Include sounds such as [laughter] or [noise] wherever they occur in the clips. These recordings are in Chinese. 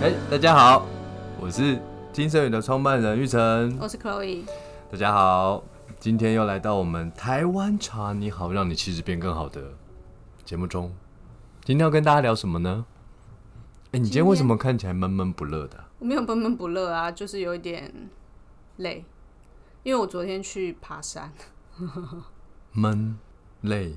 哎大家好，我是金盛宇的创办人玉成。我是 Chloe，大家好，今天又来到我们台湾茶你好，让你气质变更好的节目中。今天要跟大家聊什么呢？哎、你今天为什么看起来闷闷不乐的啊、我没有闷闷不乐啊，就是有一点累，因为我昨天去爬山，闷、累，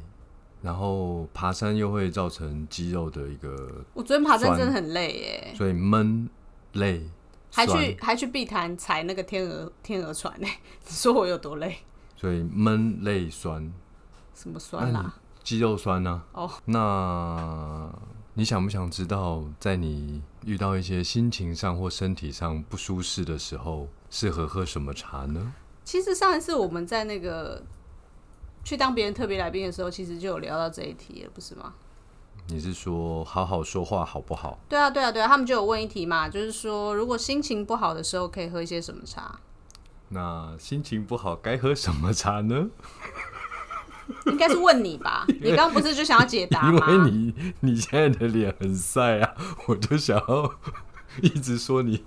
然后爬山又会造成肌肉的一个，我昨天爬山酸真的很累耶，所以闷、累、还酸去还去碧潭踩那个天鹅天鹅船呢， [laughs] 你说我有多累？所以闷、累、酸，什么酸啦、肌肉酸呢、哦那你想不想知道，在你遇到一些心情上或身体上不舒适的时候，适合喝什么茶呢？其实上一次我们在那个去当别人特别来宾的时候，其实就有聊到这一题了，不是吗？你是说好好说话好不好？对啊，对啊，对啊，他们就有问一题嘛，就是说如果心情不好的时候可以喝一些什么茶？那心情不好该喝什么茶呢？应该是问你 [laughs] 吧，你刚刚不是就想要解答因吗？为你你现在的脸很晒啊，我就想要一直说你。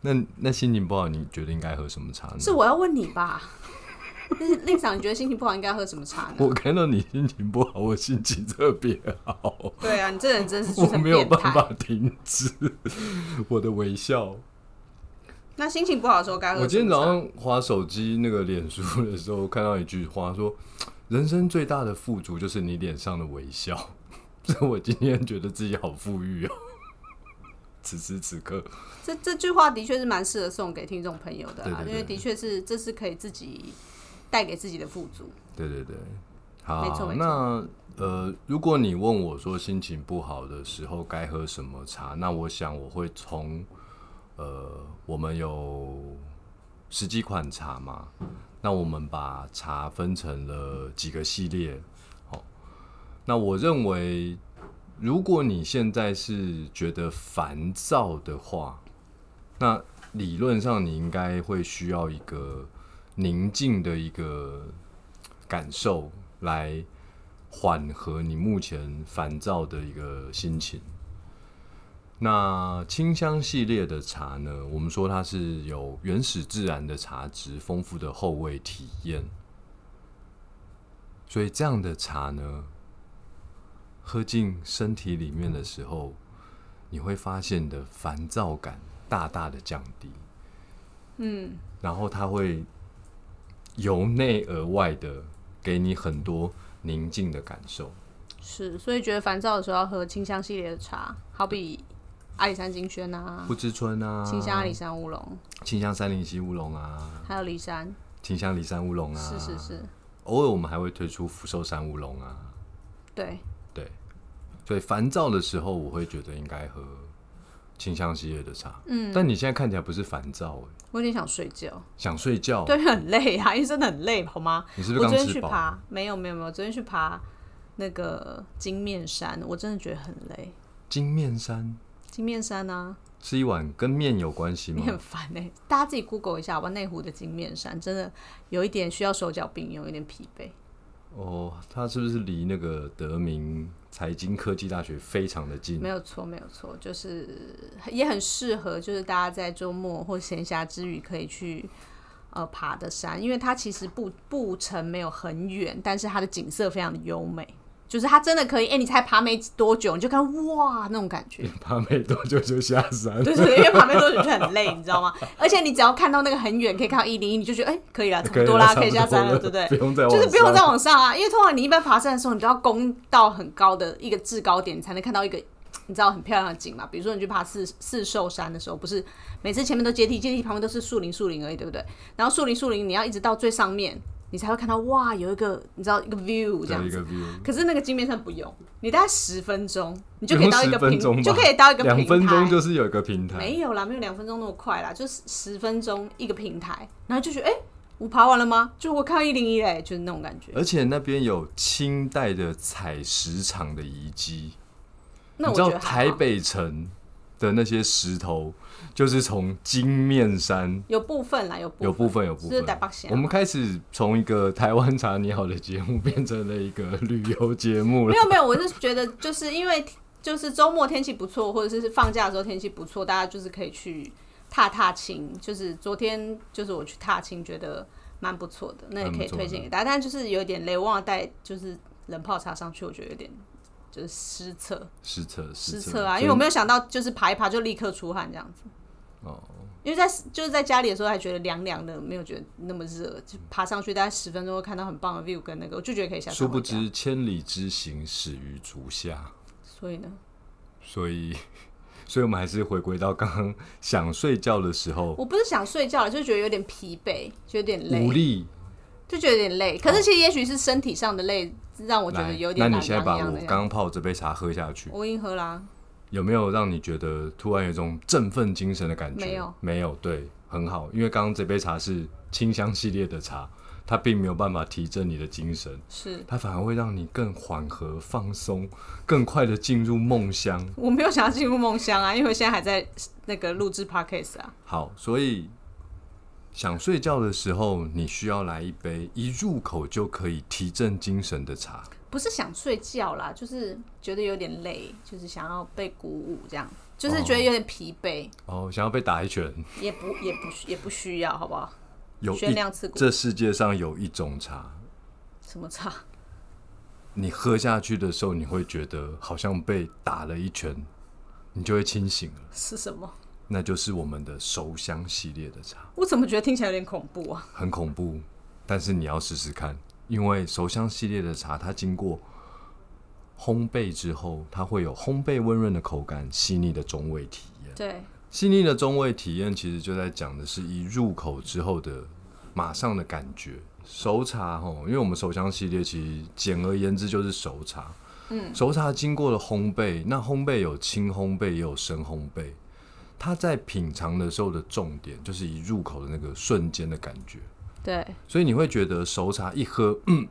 那那心情不好，你觉得应该喝什么茶呢？是我要问你吧？ [laughs] 但是令赏，你觉得心情不好应该喝什么茶呢？我看到你心情不好，我心情特别好。对啊，你这人真是就 [laughs] 我是很没有变办态法停止我的微笑。那心情不好的时候该喝什么茶？我今天早上划手机那个脸书的时候，看到一句话说：“人生最大的富足就是你脸上的微笑。” [laughs] 所以我今天觉得自己好富裕哦。此时此刻，这这句话的确是蛮适合送给听众朋友的啦，对对对因为的确是这是可以自己带给自己的富足。对对对，没错好，没错那呃，如果你问我说心情不好的时候该喝什么茶，那我想我会从呃，我们有十几款茶嘛，那我们把茶分成了几个系列，哦，那我认为。如果你现在是觉得烦躁的话，那理论上你应该会需要一个宁静的一个感受来缓和你目前烦躁的一个心情。那清香系列的茶呢，我们说它是有原始自然的茶质，丰富的后味体验。所以这样的茶呢，喝进身体里面的时候，你会发现你的烦躁感大大的降低。嗯，然后它会由内而外的给你很多宁静的感受。是，所以觉得烦躁的时候要喝清香系列的茶，好比阿里山金萱啊，不知春啊，清香阿里山乌龙，清香三零七乌龙啊，还有骊山，清香骊山乌龙啊，是是。是，偶尔我们还会推出福寿山乌龙啊，对，对。所以烦躁的时候，我会觉得应该喝清香系列的茶。嗯，但你现在看起来不是烦躁、欸，我有点想睡觉，想睡觉。对，很累啊，因为真的很累，好吗？你是不是我刚昨天吃去饱？爬，没有没有没有，昨天去爬那个金面山，我真的觉得很累。金面山金面山啊，是一碗跟面有关系你吗？很烦哎、大家自己 Google 一下好吧。内湖的金面山真的有一点需要手脚并用，有点疲惫。哦，它是不是离那个德明财经科技大学非常的近？ [laughs] 没有错，没有错，就是也很适合，就是大家在周末或闲暇之余可以去呃爬的山，因为它其实步步程没有很远，但是它的景色非常的优美，就是它真的可以，哎、你才爬没多久，你就看哇那种感觉。爬没多久就下 [laughs] 山，对对对，因为旁边都是很累，你知 [laughs] 道吗？而且你只要看到那个很远，可以看到一零一，你就觉得哎、可以了，差不多啦，可以下山了，对 [laughs] 不对？啊不用再往就是不用上再往上啊，因为通常你一般爬山的时候，你都要攻到很高的一个制高点，你才能看到一个你知道很漂亮的景嘛。比如说你去爬四四兽山的时候，不是每次前面都阶梯，阶梯旁边都是树林树林而已，对不对？然后树林树林，你要一直到最上面，你才会看到哇，有一个你知道一个 view 这对样一子。个 view，可是那个金面上不用，你大概十分钟，你就可以到一个不用10分钟吧平，就可以到一个平台，两分钟就是有一个平台，没有啦，没有两分钟那么快啦，就是十分钟一个平台，然后就觉得哎、诶我爬完了吗？就我看到一零一嘞，就是那种感觉。而且那边有清代的采石场的遗迹，那你我知觉道得还台好北城的那些石头就是从金面山。有部分啦，有部有部分有部就是分台北县啊，我们开始从一个台湾茶你好的节目变成了一个旅游节目了没。有没有，我是觉得就是因为 [laughs] 就是周末天气不错，或者是放假的时候天气不错，大家就是可以去踏踏青。就是昨天就是我去踏青，觉得蛮不错的，那也可以推荐给大家。但就是有点累，忘了带就是冷泡茶上去，我觉得有点就是失策失策失策策啊，因为我没有想到就是爬一爬就立刻出汗这样子。哦，因为在就是在家里的时候还觉得凉凉的，没有觉得那么热，就爬上去大概十分钟会看到很棒的 view 跟那个，我就觉得可以下山。殊不，知千里之行始于足下，所以呢，所以， [laughs] 所以我们还是回归到刚刚想睡觉的时候，我不是想睡觉了，就觉得有点疲惫，就有点无累，力。就觉得有点累。可是其实也许是身体上的累，让我觉得来有，点那懒你现在洋把洋我的样子。刚泡这杯茶喝下去，我已经喝啦，有没有让你觉得突然有一种振奋精神的感觉？没有，没有，对，很好，因为刚刚这杯茶是清香系列的茶，它并没有办法提振你的精神，是它反而会让你更缓和、放松，更快的进入梦乡。我没有想要进入梦乡啊，因为我现在还在那个录制 podcast 啊。好，所以想睡觉的时候，你需要来一杯一入口就可以提振精神的茶。不是想睡觉啦，就是觉得有点累，就是想要被鼓舞，这样就是觉得有点疲惫，哦，想要被打一拳，也不也不也不需要，好不好？有宣一亮刺骨这世界上有一种茶，什么茶？你喝下去的时候，你会觉得好像被打了一拳，你就会清醒了。 [laughs] 是什么？那就是我们的熟香系列的茶，我怎么觉得听起来有点恐怖啊？很恐怖，但是你要试试看，因为熟香系列的茶，它经过烘焙之后，它会有烘焙温润的口感，细腻的中味体验。对，细腻的中味体验，其实就在讲的是一入口之后的马上的感觉。熟茶吼，因为我们手香系列其实简而言之就是熟茶。嗯，熟茶经过了烘焙，那烘焙有轻烘焙也有深烘焙。它在品尝的时候的重点就是一入口的那个瞬间的感觉，对，所以你会觉得熟茶一喝，嗯，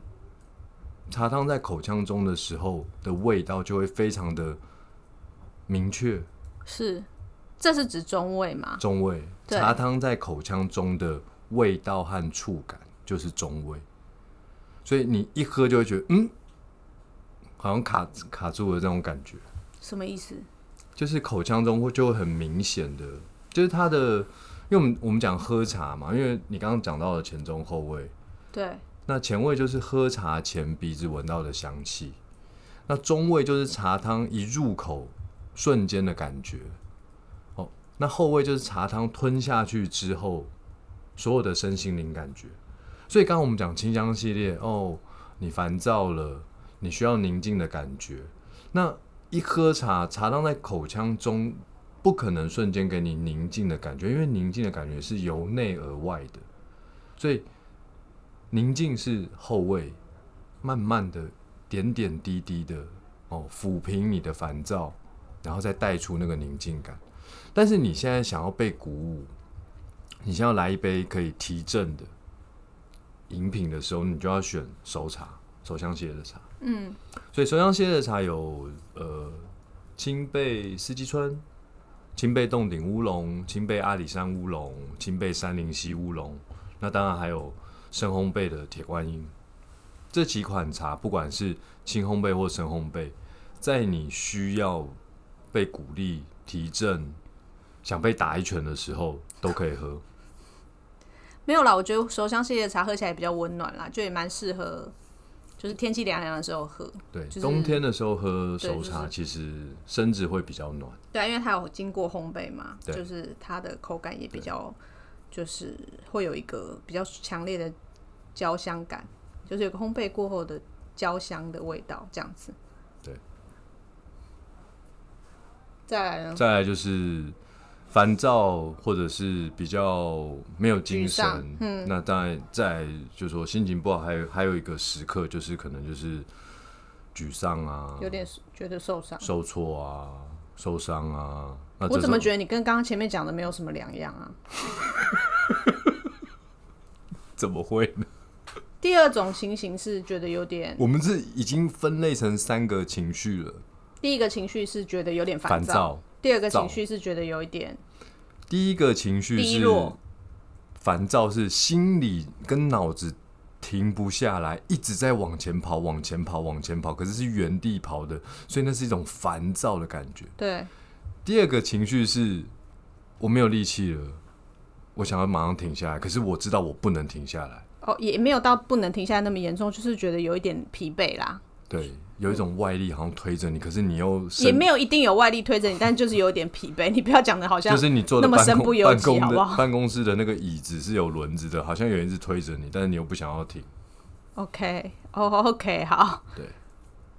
茶汤在口腔中的时候的味道就会非常的明确，是，这是指中味吗？中味，啊对茶汤在口腔中的味道和触感就是中味，所以你一喝就会觉得，嗯，好像卡卡住了这种感觉，什么意思？就是口腔中会就会很明显的，就是它的，因为我们我们讲喝茶嘛，因为你刚刚讲到了前中后味，对，那前味就是喝茶前鼻子闻到的香气，那中味就是茶汤一入口瞬间的感觉，哦，那后味就是茶汤吞下去之后所有的身心灵感觉。所以刚刚我们讲清香系列，哦，你烦躁了，你需要宁静的感觉。那一喝茶，茶汤在口腔中不可能瞬间给你宁静的感觉，因为宁静的感觉是由内而外的，所以宁静是后味，慢慢的、点点滴滴的哦，抚平你的烦躁，然后再带出那个宁静感。但是你现在想要被鼓舞，你想要来一杯可以提振的饮品的时候，你就要选熟茶、手香系列的茶。嗯，所以手香系列的茶有呃青贝四季春、青贝洞顶乌龙、青贝阿里山乌龙、青贝三零溪乌龙，那当然还有深烘焙的铁观音。这几款茶，不管是轻烘焙或深烘焙，在你需要被鼓励、提振、想被打一拳的时候，都可以喝。没有啦，我觉得熟香系列的茶喝起来比较温暖啦，就也蛮适合，就是天气凉凉的时候喝。对，就是冬天的时候喝熟对茶，其实身子会比较暖。对啊，因为它有经过烘焙嘛，对就是它的口感也比较，就是会有一个比较强烈的焦香感，就是有个烘焙过后的焦香的味道，这样子。对。再来呢？再来就是烦躁或者是比较没有精神沮丧，嗯，那当然再来就是说心情不好，还有还有一个时刻就是可能就是沮丧啊，有点觉得受伤。受挫啊，受伤啊。那我这怎么种觉得你跟刚刚前面讲的没有什么两样啊？怎么会 [laughs] 呢？第二种情形是觉得有点，我们是已经分类成三个情绪了，第一个情绪是觉得有点烦躁，躁。第二个躁情绪是觉得有一点第一个情绪低是落，烦躁，是心理跟脑子停不下来，一直在往前跑，往前跑，往前跑，可是是原地跑的，所以那是一种烦躁的感觉。对，第二个情绪是我没有力气了，我想要马上停下来，可是我知道我不能停下来。哦，也没有到不能停下来那么严重，就是觉得有一点疲惫啦，对，有一种外力好像推着你，可是你又身也没有一定有外力推着你，但就是有一点疲惫。 [laughs] 你不要讲的好像就是你坐的那么办身公不由办己，公好的不好办公室的那个椅子是有轮子的，好像有人一直推着你，但是你又不想要停。 ？OK，哦、o k 好。对，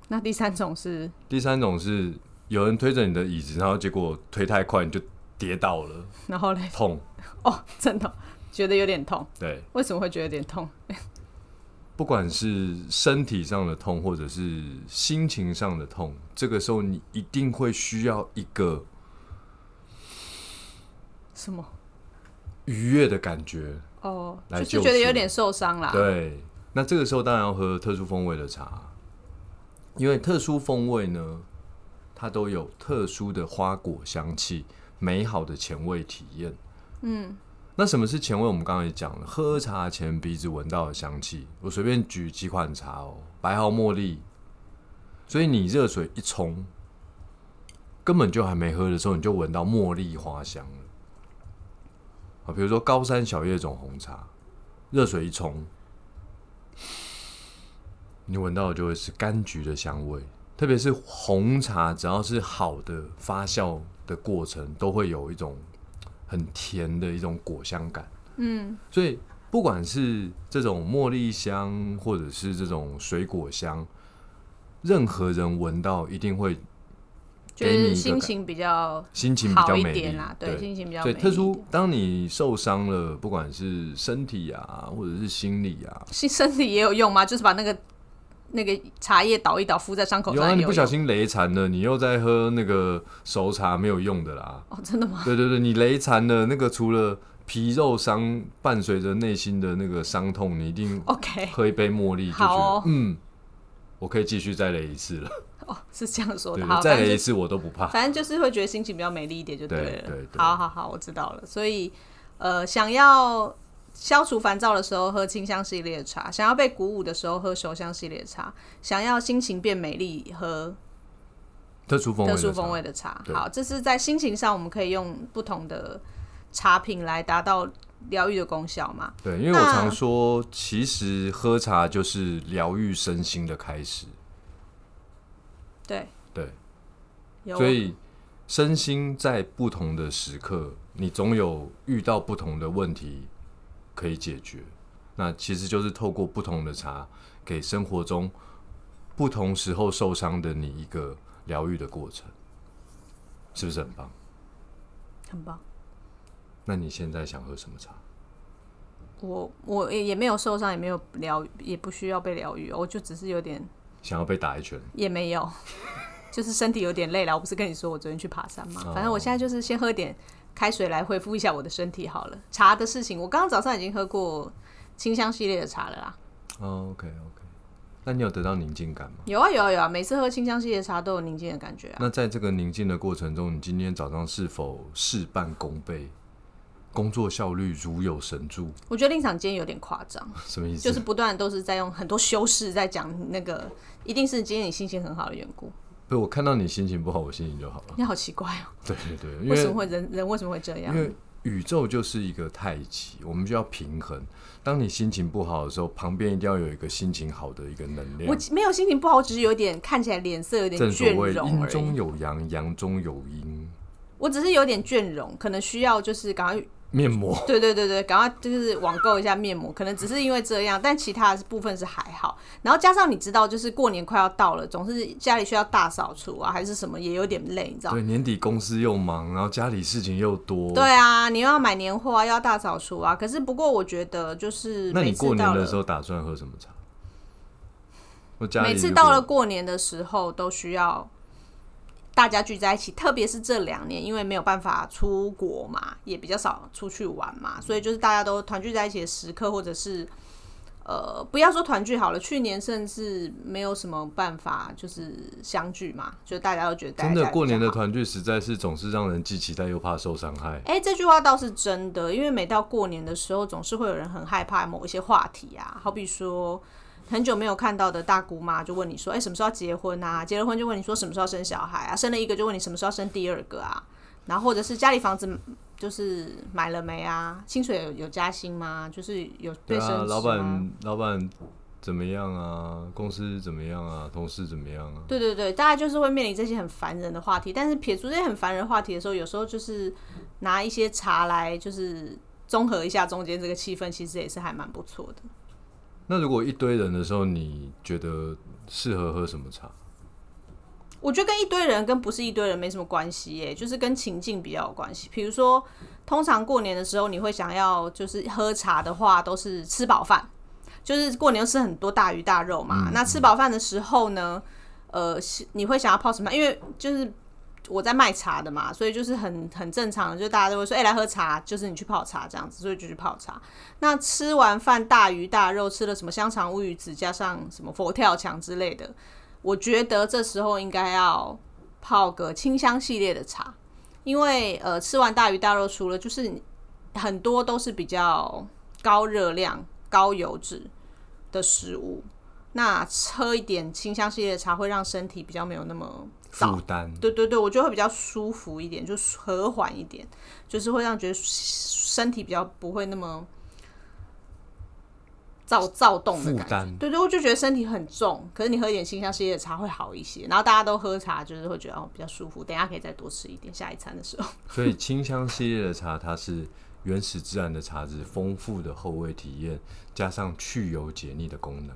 那第三种是第三种是有人推着你的椅子，然后结果推太快你就跌倒了，然后嘞，痛。哦，真的觉得有点痛，对，为什么会觉得有点痛？不管是身体上的痛，或者是心情上的痛，这个时候你一定会需要一个什么？愉悦的感觉。哦，来就是救觉得有赎点受伤啦。对，那这个时候当然要喝特殊风味的茶，因为特殊风味呢，它都有特殊的花果香气，美好的前味体验。嗯，那什么是前味？我们刚刚也讲了，喝茶前鼻子闻到的香气。我随便举几款茶哦，白毫茉莉。所以你热水一冲，根本就还没喝的时候，你就闻到茉莉花香了。好，比如说高山小叶种红茶，热水一冲，你闻到的就会是柑橘的香味，特别是红茶，只要是好的发酵的过程，都会有一种很甜的一种果香感。嗯，所以不管是这种茉莉香，或者是这种水果香，任何人闻到一定会就给你一个是心感情比较心情比好较一美丽点啦，对，心情比较所美以丽一特点。殊，当你受伤了，不管是身体啊，或者是心理啊，是身体也有用吗？就是把那个那个茶叶倒一倒，敷在伤口有上啊，也你哎有不小用心雷残了，你又在喝那个熟茶，没有用的 [laughs] 啦。哦，真的吗？对对对，你雷残了，那个除了皮肉伤，伴随着内心的那个伤痛，你一定 OK，喝一杯茉莉就觉得，哎好哦嗯，我可以继续再雷一次了。是这样说对的。好，，再反雷正一就次我都不怕。反正就是会觉得心情比较美丽一点就啊对了。对对好好好，我知道了。所以呃，想要消除烦躁的时候喝清香系列茶，想要被鼓舞的时候喝熟香系列茶，想要心情变美丽喝特殊风味特的殊茶，风味的茶。对好，这是在心情上我们可以用不同的茶品来达到疗愈的功效嘛？对，因为我那常说，其实喝茶就是疗愈身心的开始。对对，有所以身心在不同的时刻，你总有遇到不同的问题可以解决。那其实就是透过不同的茶，给生活中不同时候受伤的你一个疗愈的过程，是不是很棒？很棒。那你现在想喝什么茶？我我也也没有受伤，也没有疗愈，也不需要被疗愈，我就只是有点想要被打一拳？也没有， [laughs] 就是身体有点累了。我不是跟你说我昨天去爬山吗？哦反正我现在就是先喝点开水来恢复一下我的身体好了。茶的事情，我刚刚早上已经喝过清香系列的茶了啦。哦，OK，OK、o k OK，那你有得到宁静感吗？有啊有啊有啊，每次喝清香系列茶都有宁静的感觉啊。那在这个宁静的过程中，你今天早上是否事半功倍，工作效率如有神助？我觉得令场今天有点夸张，什么意思？就是不断都是在用很多修饰在讲那个，一定是今天你心情很好的缘故。对，我看到你心情不好，我心情就 [laughs] 好了。你好奇怪哦、对对对，因为什么为会人人为什么会这样因？为宇宙就是一个太极，我们就要平衡。当你心情不好的时候，旁边一定要有一个心情好的一个能我量。没有心情不好，我只是有点看起来脸色有点正所倦谓容阴而中已。有阳，阳中有阴，我只是有点倦容，可能需要就是赶快，面 [laughs] 膜。对对对对，赶快就是网购一下面膜。可能只是因为这样，但其他的部分是还好。然后加上你知道，就是过年快要到了，总是家里需要大扫除啊，还是什么，也有点累，你知道吗对，？年底公司又忙，然后家里事情又多。对，啊，你又要买年货啊，又要大扫除啊。可是不过我觉得就是那每你次过到年了的时候打算喝什么茶？我家里每次如到果了过年的时候，都需要大家聚在一起，特别是这两年，因为没有办法出国嘛，也比较少出去玩嘛，所以就是大家都团聚在一起的时刻，或者是呃，不要说团聚好了，去年甚至没有什么办法，就是相聚嘛，就大家都觉得待在真的家里过年比较的好团聚实在是总是让人既期待又怕受伤害。哎、这句话倒是真的，因为每到过年的时候，总是会有人很害怕某一些话题啊，好比说很久没有看到的大姑妈就问你说，哎、什么时候要结婚啊？结了婚就问你说什么时候生小孩啊？生了一个就问你什么时候生第二个啊？然后或者是家里房子就是买了没啊？薪水有有加薪吗？就是有对被升职啊，吗？老板，老板怎么样啊？公司怎么样啊？同事怎么样啊？对对对，大家就是会面临这些很烦人的话题，但是撇除这些很烦人的话题的时候，有时候就是拿一些茶来，就是综合一下中间这个气氛，其实也是还蛮不错的。那如果一堆人的时候，你觉得适合喝什么茶？我觉得跟一堆人跟不是一堆人没什么关系耶，就是跟情境比较有关系。比如说，通常过年的时候，你会想要就是喝茶的话，都是吃饱饭，就是过年吃很多大鱼大肉嘛。那吃饱饭的时候呢，呃，是你会想要泡什么？因为就是我在卖茶的嘛，所以就是很很正常的，就大家都会说，哎、来喝茶，就是你去泡茶这样子，所以就去泡茶。那吃完饭大鱼大肉，吃了什么香肠乌鱼子，加上什么佛跳墙之类的，我觉得这时候应该要泡个清香系列的茶，因为呃，吃完大鱼大肉，除了就是很多都是比较高热量、高油脂的食物。那喝一点清香系列的茶，会让身体比较没有那么负担。对对对，我觉得会比较舒服一点，就是和缓一点，就是会让觉得身体比较不会那么躁躁动的负感担觉。对对，我就觉得身体很重，可是你喝一点清香系列的茶会好一些。然后大家都喝茶，就是会觉得哦比较舒服。等一下可以再多吃一点，下一餐的时候。所以清香系列的茶，它是原始自然的茶质，丰富的后味体验，加上去油解腻的功能。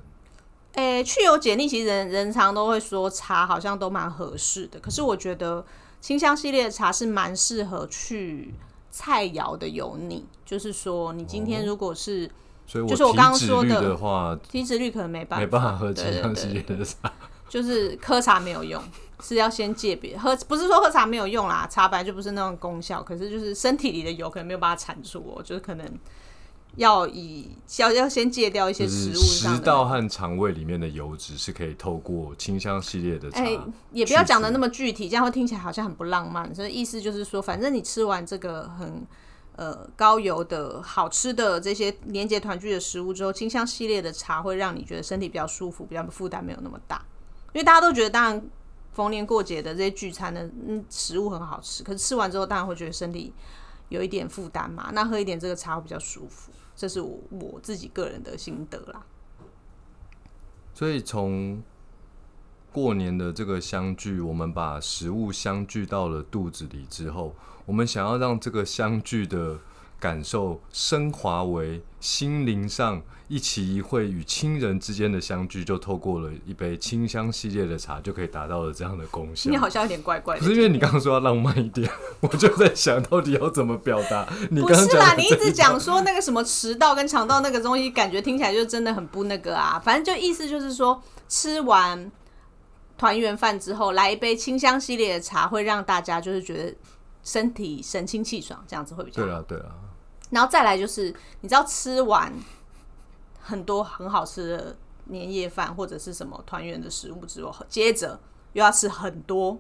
诶、去油解腻，其实人人常都会说茶好像都蛮合适的，可是我觉得清香系列的茶是蛮适合去菜肴的油腻，就是说你今天如果是所以就是我刚刚体脂说率的的话，体脂率可能没办没法，办法喝对清对香对系列的茶。就是喝茶没有用，是要先戒别喝，不是说喝茶没有用啦，茶本来就不是那种功效，可是就是身体里的油可能没有把它铲除哦，就是可能要以要要先戒掉一些就食是物食上的。道和肠胃里面的油脂是可以透过清香系列的茶，哎、也不要讲的那么具体，这样会听起来好像很不浪漫。所以意思就是说，反正你吃完这个很呃高油的好吃的这些年节团聚的食物之后，清香系列的茶会让你觉得身体比较舒服，比较负担没有那么大。因为大家都觉得，当然逢年过节的这些聚餐的嗯食物很好吃，可是吃完之后，当然会觉得身体有一点负担嘛。那喝一点这个茶会比较舒服，这是我我自己个人的心得啦。所以从过年的这个相聚，我们把食物相聚到了肚子里之后，我们想要让这个相聚的感受升华为心灵上一期一会与亲人之间的相聚，就透过了一杯清香系列的茶，就可以达到了这样的功效 [laughs] 你。好像有点怪怪不的啊是。因为你刚刚说要浪漫一点，我就在想到底要怎么表达。你刚不刚是讲啦，的你一直讲说那个什么食道跟肠道那个东西，感觉听起来就真的很不那个啊。反正就意思就是说，吃完团圆饭之后，来一杯清香系列的茶，会让大家就是觉得身体神清气爽，这样子会比较对好。了对啊了，然后再来就是，你知道吃完很多很好吃的年夜饭或者是什么团圆的食物之后，接着又要吃很多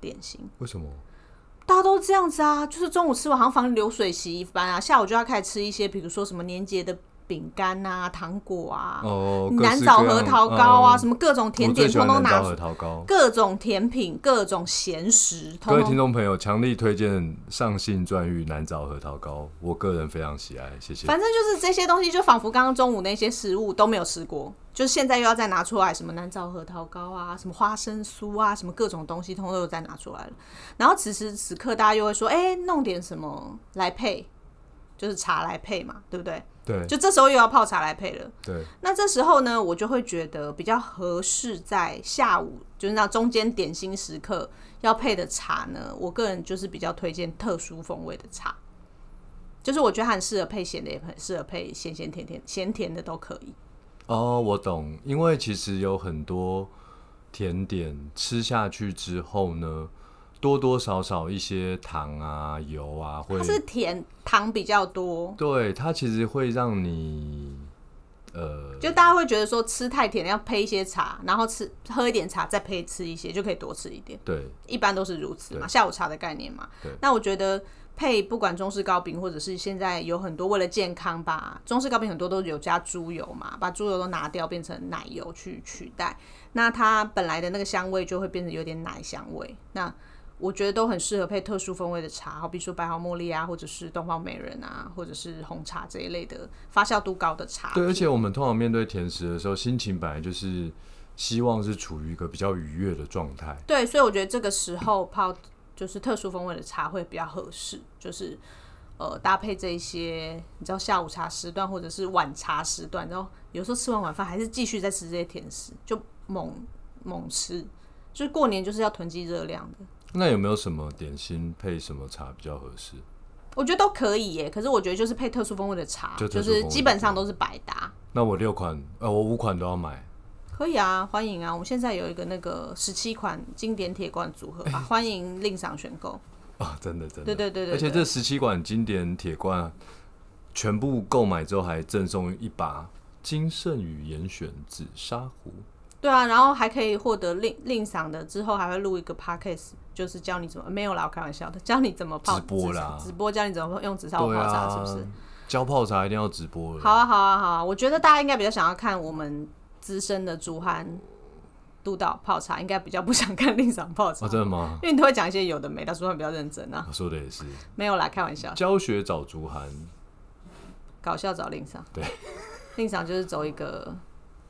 点心。为什么？大家都这样子啊，就是中午吃完好像反流水席一般啊，下午就要开始吃一些，比如说什么年节的饼干啊、糖果啊、哦，各南式枣各核样桃糕啊，嗯什么各种甜我最点喜通欢通南拿枣出核，桃糕。各种甜品、各种咸食，各通位听通。众朋友，强力推荐上信专玉南枣核桃糕，我个人非常喜爱，谢谢。反正就是这些东西，就仿佛刚刚中午那些食物都没有吃过，就是现在又要再拿出来，什么南枣核桃糕啊，什么花生酥啊，什么各种东西，通通又再拿出来了。然后此时此刻，大家又会说，哎、弄点什么来配，就是茶来配嘛，对不对？对就这时候又要泡茶来配了。对，那这时候呢，我就会觉得比较合适在下午，就是那中间点心时刻要配的茶呢，我个人就是比较推荐特殊风味的茶，就是我觉得它很适合配咸的，也很适合配咸咸甜甜、咸甜的都可以。哦，我懂，因为其实有很多甜点吃下去之后呢，多多少少一些糖啊、油啊，会它是甜糖比较多，对它其实会让你呃，就大家会觉得说吃太甜要配一些茶，然后吃喝一点茶再配吃一些，就可以多吃一点。对一般都是如此嘛，对下午茶的概念嘛对。那我觉得配不管中式糕饼，或者是现在有很多为了健康吧，中式糕饼很多都有加猪油嘛，把猪油都拿掉变成奶油去取代，那它本来的那个香味就会变成有点奶香味。那我觉得都很适合配特殊风味的茶，好比说白毫茉莉啊，或者是东方美人啊，或者是红茶这一类的发酵度高的茶。对，而且我们通常面对甜食的时候，心情本来就是希望是处于一个比较愉悦的状态。对，所以我觉得这个时候泡就是特殊风味的茶会比较合适，就是呃搭配这一些，你知道下午茶时段或者是晚茶时段，然后有时候吃完晚饭还是继续再吃这些甜食，就猛猛吃，就是过年就是要囤积热量的。那有没有什么点心配什么茶比较合适？我觉得都可以耶，可是我觉得就是配特殊风味的茶，就就特殊是风味基的本茶上都是百搭。那我六款，呃，我五款都要买。可以啊，欢迎啊！我们现在有一个那个十七款经典铁罐组合 [laughs] 吧，欢迎另赏选购。啊，真的真的，对对对对而且这十七款经典铁罐啊全部购买之后，还赠送一把金圣宇严选紫砂壶。对啊，然后还可以获得令令赏的，之后还会录一个 podcast，就是教你怎么没有啦，我开玩笑的，教你怎么泡直播啦直播教你怎么用紫砂壶对泡茶，啊，是不是？？教泡茶一定要直播好了。啊，好啊，好啊！我觉得大家应该比较想要看我们资深的竹憨督导泡茶，应该比较不想看令赏泡茶，啊，真的吗？因为你都会讲一些有的没的，竹憨比较认真啊，我说的也是，没有啦，开玩笑，教学找竹涵，搞笑找令赏，对，令赏就是走一个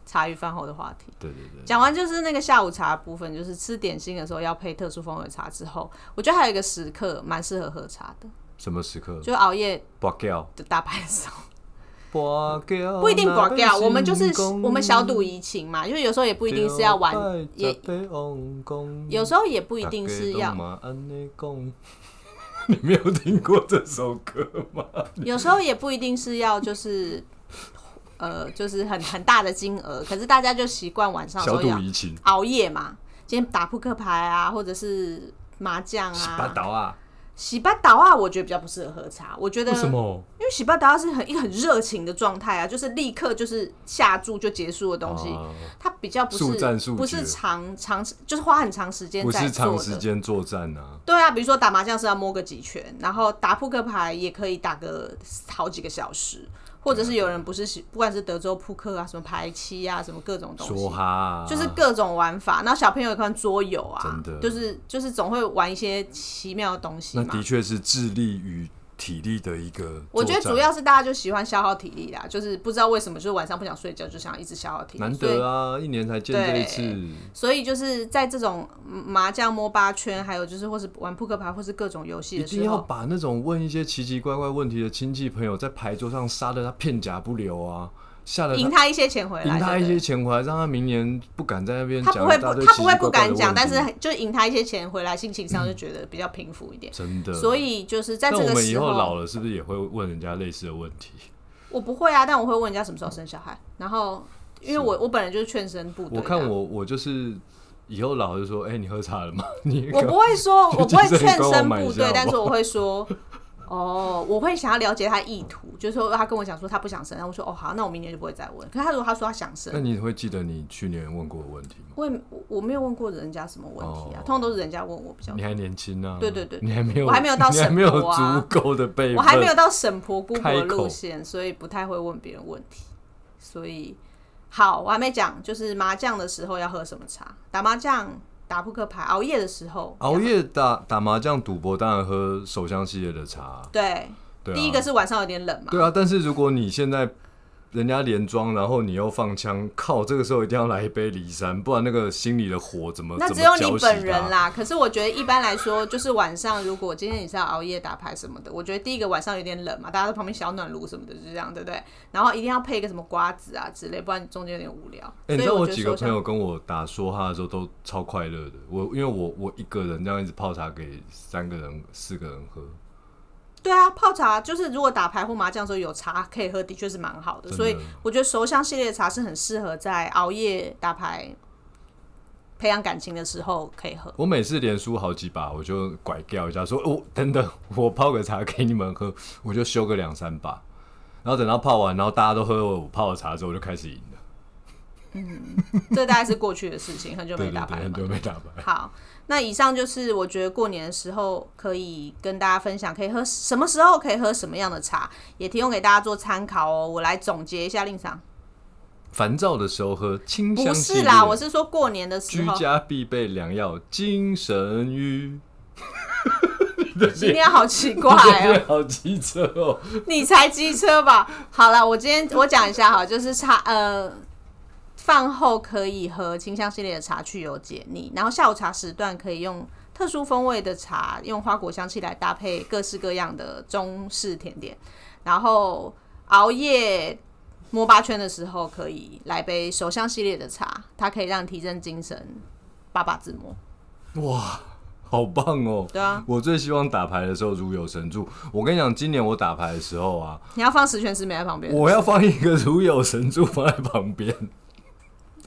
茶余饭后的话题。对对对，讲完就是那个下午茶的部分，就是吃点心的时候要配特殊风味茶。之后，我觉得还有一个时刻蛮适合喝茶的，什么时刻？就熬夜拔掉，的大牌的 [laughs] 时候，拔掉，不一定寡掉。哪我们就是是公我们小赌怡情嘛，因为有时候也不一定是要玩，也有时候也不一定是要，。 [laughs] 你没有听过这首歌吗？有时候也不一定是要就是。呃，就是很很大的金额，可是大家就习惯晚上的时小候赌要怡情，熬夜嘛，今天打扑克牌啊，或者是麻将十八啊，岛啊？洗八倒啊，我觉得比较不适合喝茶。我觉得为什么？因为喜巴达是很一个很热情的状态啊，就是立刻就是下注就结束的东西，啊它比较不是速战速决不是长长就是花很长时间不在是做长时的。间作战啊，对啊，比如说打麻将是要摸个几圈，然后打扑克牌也可以打个好几个小时，或者是啊有人不是喜，不管是德州扑克啊、什么牌七啊、什么各种东说西，哈啊，就是各种玩法。然后小朋友也看桌游啊真，的就是就是总会玩一些奇妙的东西那嘛。的确是智力与体力的一个。我觉得主。要是大家就喜欢消耗体力啦，就是不知道为什么，就是晚上不想睡觉，就想要一直消耗体力。难所以得啊，一年才见这一次，所以就是在这种嗯麻将摸八圈，还有就是或是玩扑克牌，或是各种游戏一的定时要候，把那种问一些奇奇怪怪问题的亲戚朋友在牌桌上杀的他片甲不留啊，吓得他赢他一些钱回来，赢他一对些钱回来，让他明年不敢在那边不对。他讲不会一大不，堆他奇不奇怪会怪不的敢问讲，但题是就赢他一些钱回来，心情上就觉得比较平复一点。真的，所以就是在那这我个们以时后老候，了是不是也会问人家类似的问题？我不会啊，但我会问人家什么时候生小孩，然后因为我我本来就是劝生部队我的啊，看我我就是以后老了就说，哎、你喝茶了吗？ [laughs] 你我不会 [laughs] 说，我不会劝生就是部你跟我买一下好不队好，但是我会说，哦，我会想要了解他意图，就是说他跟我讲说他不想生，然后我说哦好，那我明年就不会再问。可是他如果他说他想生，那你会记得你去年问过的问题吗？我也我我没有问过人家什么问题啊哦，通常都是人家问我比较你，还年轻啊，对对对你还没有，我还没有到你还没有沈博啊足够的辈分，我还没有到婶婆姑婆开的口路线，所以不太会问别人问题。所以好，我还没讲，就是麻将的时候要喝什么茶，打麻将、打扑克牌、熬夜的时候，熬夜打打麻将、赌博，当然喝手香系列的茶啊，对，对啊，第一个是晚上有点冷嘛，对啊，但是如果你现在人家连庄，然后你又放枪，靠，这个时候一定要来一杯骊山，不然那个心里的火怎么那呃怎只么有浇你熄本它人啦。可是我觉得一般来说，就是晚上如果今天你是要熬夜打牌什么的，我觉得第一个晚上有点冷嘛，大家在旁边小暖炉什么的，就是这样，对不对？然后一定要配一个什么瓜子啊之类，不然中间有点无聊。哎、你知所以道我觉几得个说朋像，友跟我打说话的时候都超快乐的。我因为我我一个人这样一直泡茶给三个人、四个人喝，对啊，泡茶就是如果打牌或麻将的时候有茶可以喝，的确是蛮好的。真的所以我觉得熟香系列的茶是很适合在熬夜打牌、培养感情的时候可以喝。我每次连输好几把，我就拐掉一下说：“哦，等等，我泡个茶给你们喝，我就修个两三把。”然后等到泡完，然后大家都喝我泡的茶之后，我就开始赢了。这大概是过去的事情，很久对没对打对，牌很了。久没打牌。好，那以上就是我觉得过年的时候可以跟大家分享，可以喝什么时候可以喝什么样的茶，也提供给大家做参考哦。我来总结一下令赏，烦躁的时候喝清香不系是列啦，我是说过年的时居候，家必备良药精神瘀。今天好奇怪 [laughs] 这哦、边好机车哦！你才机车吧？好了，我今天我讲一下哈，就是茶呃。饭后可以喝清香系列的茶去油解腻，然后下午茶时段可以用特殊风味的茶，用花果香气来搭配各式各样的中式甜点。然后熬夜摸八圈的时候，可以来杯手香系列的茶，它可以让你提振精神，八八自摸。哇，好棒哦！对啊，我最希望打牌的时候如有神助。我跟你讲，今年我打牌的时候啊，你要放十全十美在旁边，我要放一个如有神助放在旁边，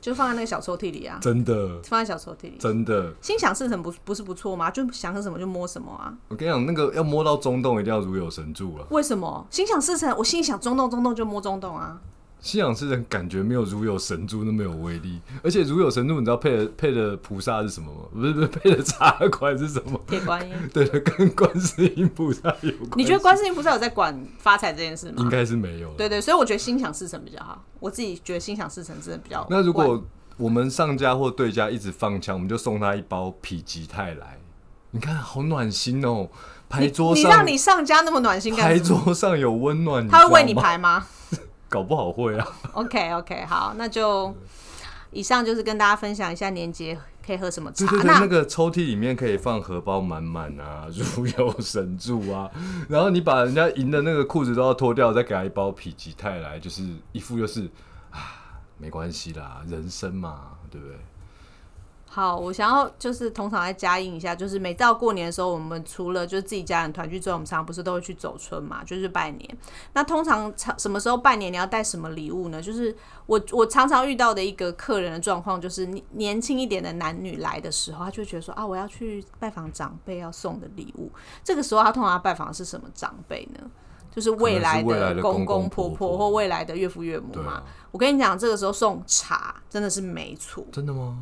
就放在那个小抽屉里啊，真的，放在小抽屉里。真的。心想事成不不是不错吗？就想喝什么就摸什么啊？我跟你讲，那个要摸到中洞一定要如有神助啊！为什么心想事成？我心里想中洞中洞就摸中洞啊！信仰之人感觉没有如有神助那么有威力，而且如有神助，你知道配的配的菩萨是什么吗？不是不是配的茶馆是什么？铁观 [laughs] 音，对的，跟观世音菩萨有关。你觉得观世音菩萨有在管发财这件事应吗？该是没有了。对对，所以我觉得心想事成比较好。我自己觉得心想事成真的比较。那如果我们上家或对家一直放枪，我们就送他一包否极泰来。你看，好暖心哦！牌桌你上，让你上家那么暖心干牌什么？桌上有温暖，他会为知你道吗，排吗搞不好会啊。 ？OK OK，好，那就以上就是跟大家分享一下年节可以喝什么茶。对对对，那个抽屉里面可以放荷包满满啊， [laughs] 如有神助啊。然后你把人家赢的那个裤子都要脱掉，再给他一包否极泰来，就是一副就是啊，没关系啦，人生嘛，对不对？好，我想要就是通常再加印一下，就是每到过年的时候，我们除了就是自己家人团聚之外，我们常常不是都会去走村嘛，就是拜年。那通常常什么时候拜年，你要带什么礼物呢？就是我我常常遇到的一个客人的状况，就是年年轻一点的男女来的时候，他就会觉得说啊，我要去拜访长辈要送的礼物。这个时候他通常要拜访的是什么长辈呢？就是未来可能是未来的公公公婆婆婆婆或未来的岳父岳母对嘛。啊，我跟你讲，这个时候送茶真的是没错。真的吗？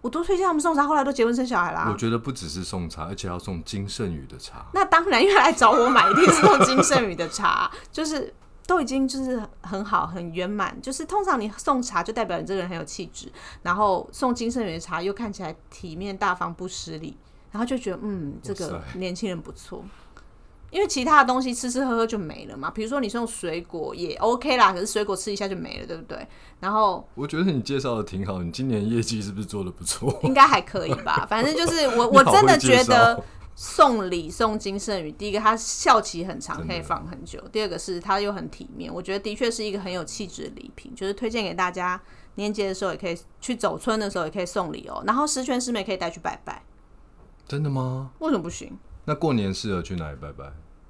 我多推荐他们送茶，后来都结婚生小孩啦、我觉得不只是送茶，而且要送金圣宇的茶。那当然，因为来找我买一定是用金圣宇的茶， [laughs] 就是都已经就是很好、很圆满。就是通常你送茶，就代表你这个人很有气质，然后送金圣宇的茶又看起来体面大方、不失礼，然后就觉得嗯，这个哇年轻人不错。因为其他的东西吃吃喝喝就没了嘛，比如说你送水果也 OK 啦，可是水果吃一下就没了，对不对？然后我觉得你介绍的挺好，你今年业绩是不是做的不错？应该还可以吧。反正就是我， [laughs] 你我好真的会介觉得绍送礼送金圣宇，第一个它效期很长，真可的以放很久；第二个是它又很体面，我觉得的确是一个很有气质的礼品，就是推荐给大家。年节的时候也可以去走村的时候也可以送礼哦，然后十全十美可以带去拜拜， [laughs] 真的吗？为什么不行？那过年适合去哪里拜拜？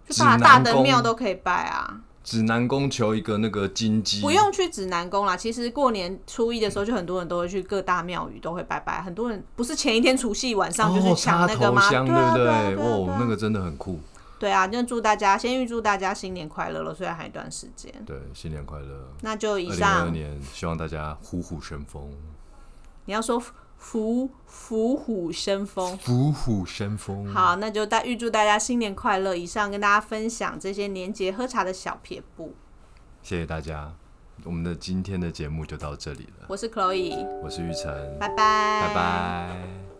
去大指南大灯宫庙都可以拜啊，指南宫求一个那个金鸡，不用去指南宫啦。其实过年初一的时候，就很多人都会去各大庙宇都会拜拜，很多人不是前一天除夕晚上就哦，去抢插那个头吗？香对啊不对对？啊对啊对啊哦，那个真的很酷。对啊，就祝大家先预祝大家新年快乐了，虽然还有一段时间。对，新年快乐！那就以二零二二上，年，希望大家虎虎生风，你要说福福虎生风。虎虎生风。好，那就大预祝大家新年快乐。以上跟大家分享这些年节喝茶的小撇步。谢谢大家，我们的今天的节目就到这里了。我是 Chloe，我是玉成，拜拜，拜拜